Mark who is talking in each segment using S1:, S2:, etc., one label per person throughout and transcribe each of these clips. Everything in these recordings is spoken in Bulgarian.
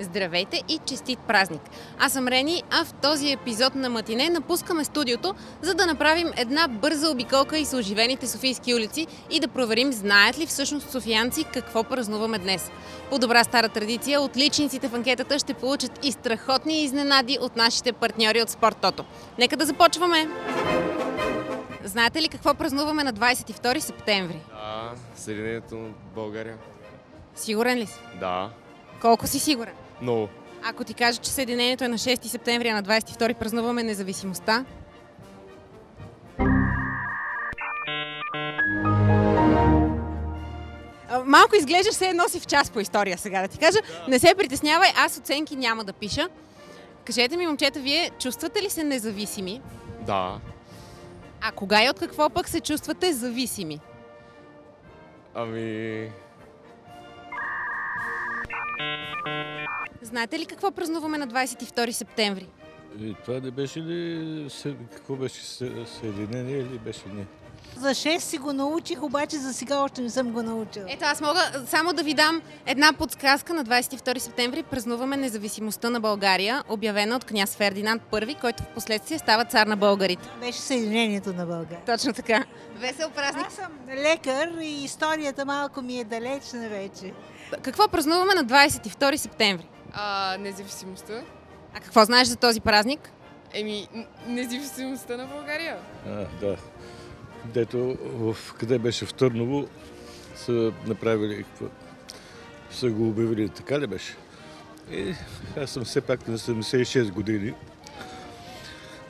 S1: Здравейте и честит празник! Аз съм Рени, а в този епизод на Матине напускаме студиото, за да направим една бърза обиколка из оживените софийски улици и да проверим знаят ли всъщност софиянци какво празнуваме днес. По добра стара традиция, отличниците в анкетата ще получат и страхотни изненади от нашите партньори от Спорт Тото. Нека да започваме! Знаете ли какво празнуваме на 22 септември?
S2: Да, Съединението на България.
S1: Сигурен ли си?
S2: Да,
S1: Колко си сигурен?
S2: много.
S1: Ако ти кажа, че Съединението е на 6 септември, а на 22 празнуваме независимостта, А, Малко изглеждаш се едно си в час по история сега, да ти кажа. Не се притеснявай, аз оценки няма да пиша. Кажете ми, момчета, вие чувствате ли се независими?
S2: Да.
S1: А кога и от какво пък се чувствате зависими?
S2: Ами,
S1: Знаете ли какво празнуваме на 22 септември?
S3: И Е, това не беше ли... се- Какво беше? се- Съединение или беше не?
S4: За 6 си го научих, обаче за сега още не съм го научила.
S1: Ето, аз мога само да ви дам една подсказка. На 22 септември празнуваме независимостта на България, обявена от княз Фердинанд I, който в последствие става цар на българите.
S4: Беше Съединението на България.
S1: Точно така. Весел празник.
S4: Аз съм лекар и историята малко ми е далечна вече.
S1: Какво празнуваме на 22 септември?
S5: А, независимостта?
S1: А какво знаеш за този празник?
S5: Еми, н- независимостта на България.
S3: А, да. Дето, в, къде беше в Търново, са направили... какво- Са го обявили, така ли беше? И аз съм все пак на 76 години.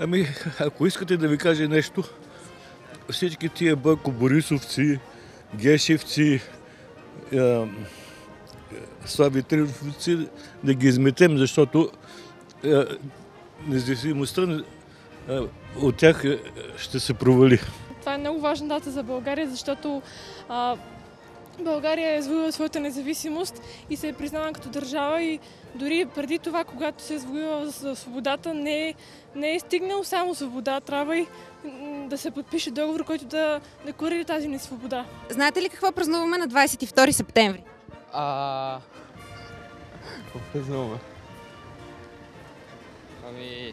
S3: Ами, ако искате да ви кажа нещо, всички тия Бойко Борисовци, Гешевци, а, Слави Трифовци, да ги изметем, защото а, независимостта а, Е, от тях а, ще се провали.
S6: Това е много важна дата за България, защото а, България е извоювала своята независимост и се е признана като държава и дори преди това, когато се е извоювала за свободата, не е, не е стигнал само свобода. Трябва и м, да се подпише договор, който да декларира тази ни свобода.
S1: Знаете ли какво празнуваме на 22 септември?
S7: А... Какво празнуваме? Ами...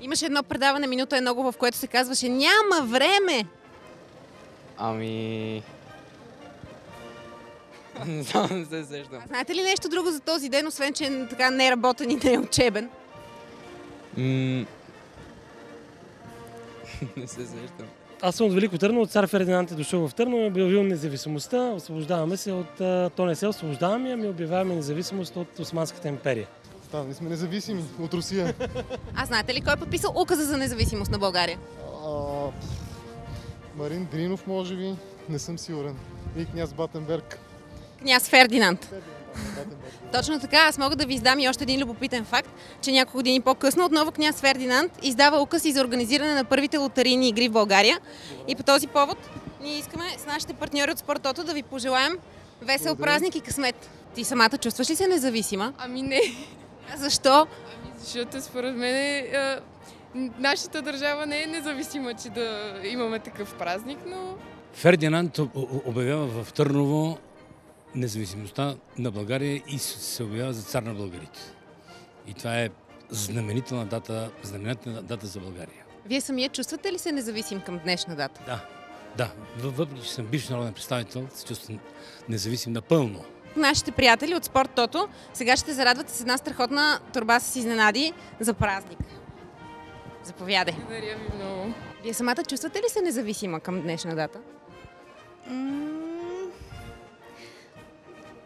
S1: Имаше едно предаване Минута е много, в което се казваше Няма време!
S7: Ами... Не знам, не се сещам.
S1: А знаете ли нещо друго за този ден, освен че е така неработен и не е учебен?
S7: М, Не се сещам.
S8: Аз съм от Велико Търново, цар Фердинанд е дошъл в Търново и е обявил независимостта. Освобождаваме се от... а, То не се освобождаваме, ами обявяваме независимост от Османската империя.
S9: Станали сме независими от Русия.
S1: А знаете ли кой е подписал указа за независимост на България?
S9: А, Марин Дринов, може би, не съм сигурен. И княз Батенберг.
S1: Княз Фердинанд.
S9: Батенберг.
S1: Точно така, аз мога да ви издам и още един любопитен факт, че няколко години по-късно отново княз Фердинанд издава указ и за организиране на първите лотарийни игри в България. И по този повод ние искаме с нашите партньори от Спортото да ви пожелаем весел празник и късмет. Ти самата чувстваш ли се независима?
S5: Ами не,
S1: А защо?
S5: защото според мен е, а, нашата държава не е независима, че да имаме такъв празник, но
S10: Фердинанд об- об- обявява в Търново независимостта на България и с- се обявява за цар на българите. И това е знаменителна дата, знаменателна дата за България.
S1: Вие самия чувствате ли се независим към днешна дата?
S10: Да, да, в- въпреки че съм бивш народен представител, се чувствам независим напълно.
S1: Нашите приятели от Спорт Тото сега ще зарадват с една страхотна турба с изненади за празник. Заповядай.
S5: благодаря ви много.
S1: Вие самата чувствате ли се независима към днешна дата?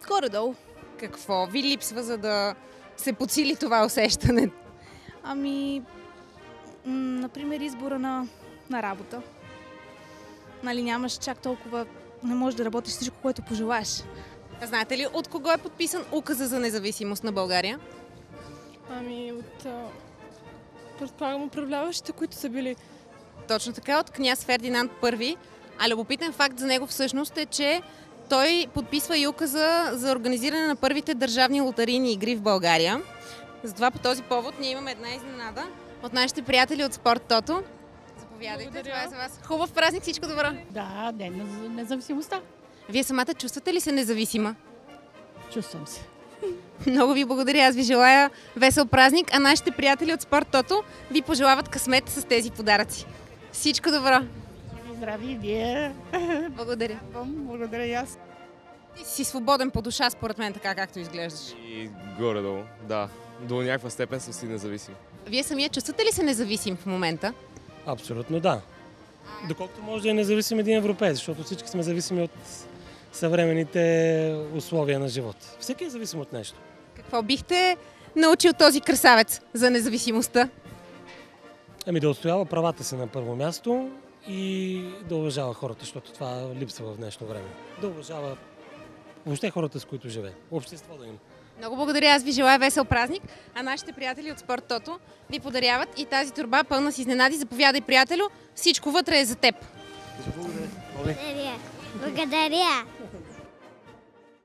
S11: Горе-долу.
S1: Какво ви липсва, за да се подсили това усещане?
S11: Ами, м, например, избора на, на работа. Нали, нямаш чак толкова... Не можеш да работиш всичко, което пожелаеш.
S1: А знаете ли от кого е подписан указа за независимост на България?
S6: Ами от а, предполагам управляващите, които са били
S1: Точно така, от княз Фердинанд I. А любопитен факт за него всъщност е, че той подписва и указа за организиране на първите държавни лотарийни игри в България. Затова по този повод ние имаме една изненада от нашите приятели от Спорт Тото. Заповядайте,
S6: Благодаря.
S1: това е за вас. Хубав празник, всичко добро!
S4: Да, ден на независимостта.
S1: Вие самата чувствате ли се независима?
S12: Чувствам се.
S1: Много ви благодаря. Аз ви желая весел празник, а нашите приятели от Спорт Тото ви пожелават късмет с тези подаръци. Всичко добро!
S12: Здрави и вие.
S1: Благодаря.
S12: Благодаря и аз.
S1: Ти си свободен по душа, според мен, така както изглеждаш.
S2: И горе-долу, да. До някаква степен съм си независим.
S1: Вие самия чувствате ли се независим в момента?
S8: Абсолютно да. Доколкото може да е независим един европеец, защото всички сме зависими от съвременните условия на живот. Всеки е зависим от нещо.
S1: Какво бихте научил този красавец за независимостта?
S8: Ами да отстоява правата си на първо място и да уважава хората, защото това липсва в днешно време. Да уважава въобще хората, с които живее. Общество да им.
S1: Много благодаря, аз ви желая весел празник, а нашите приятели от Спорт Тото ви подаряват и тази турба е пълна с изненади. Заповядай, приятелю, всичко вътре е за теб.
S13: Благодаря. Благодаря.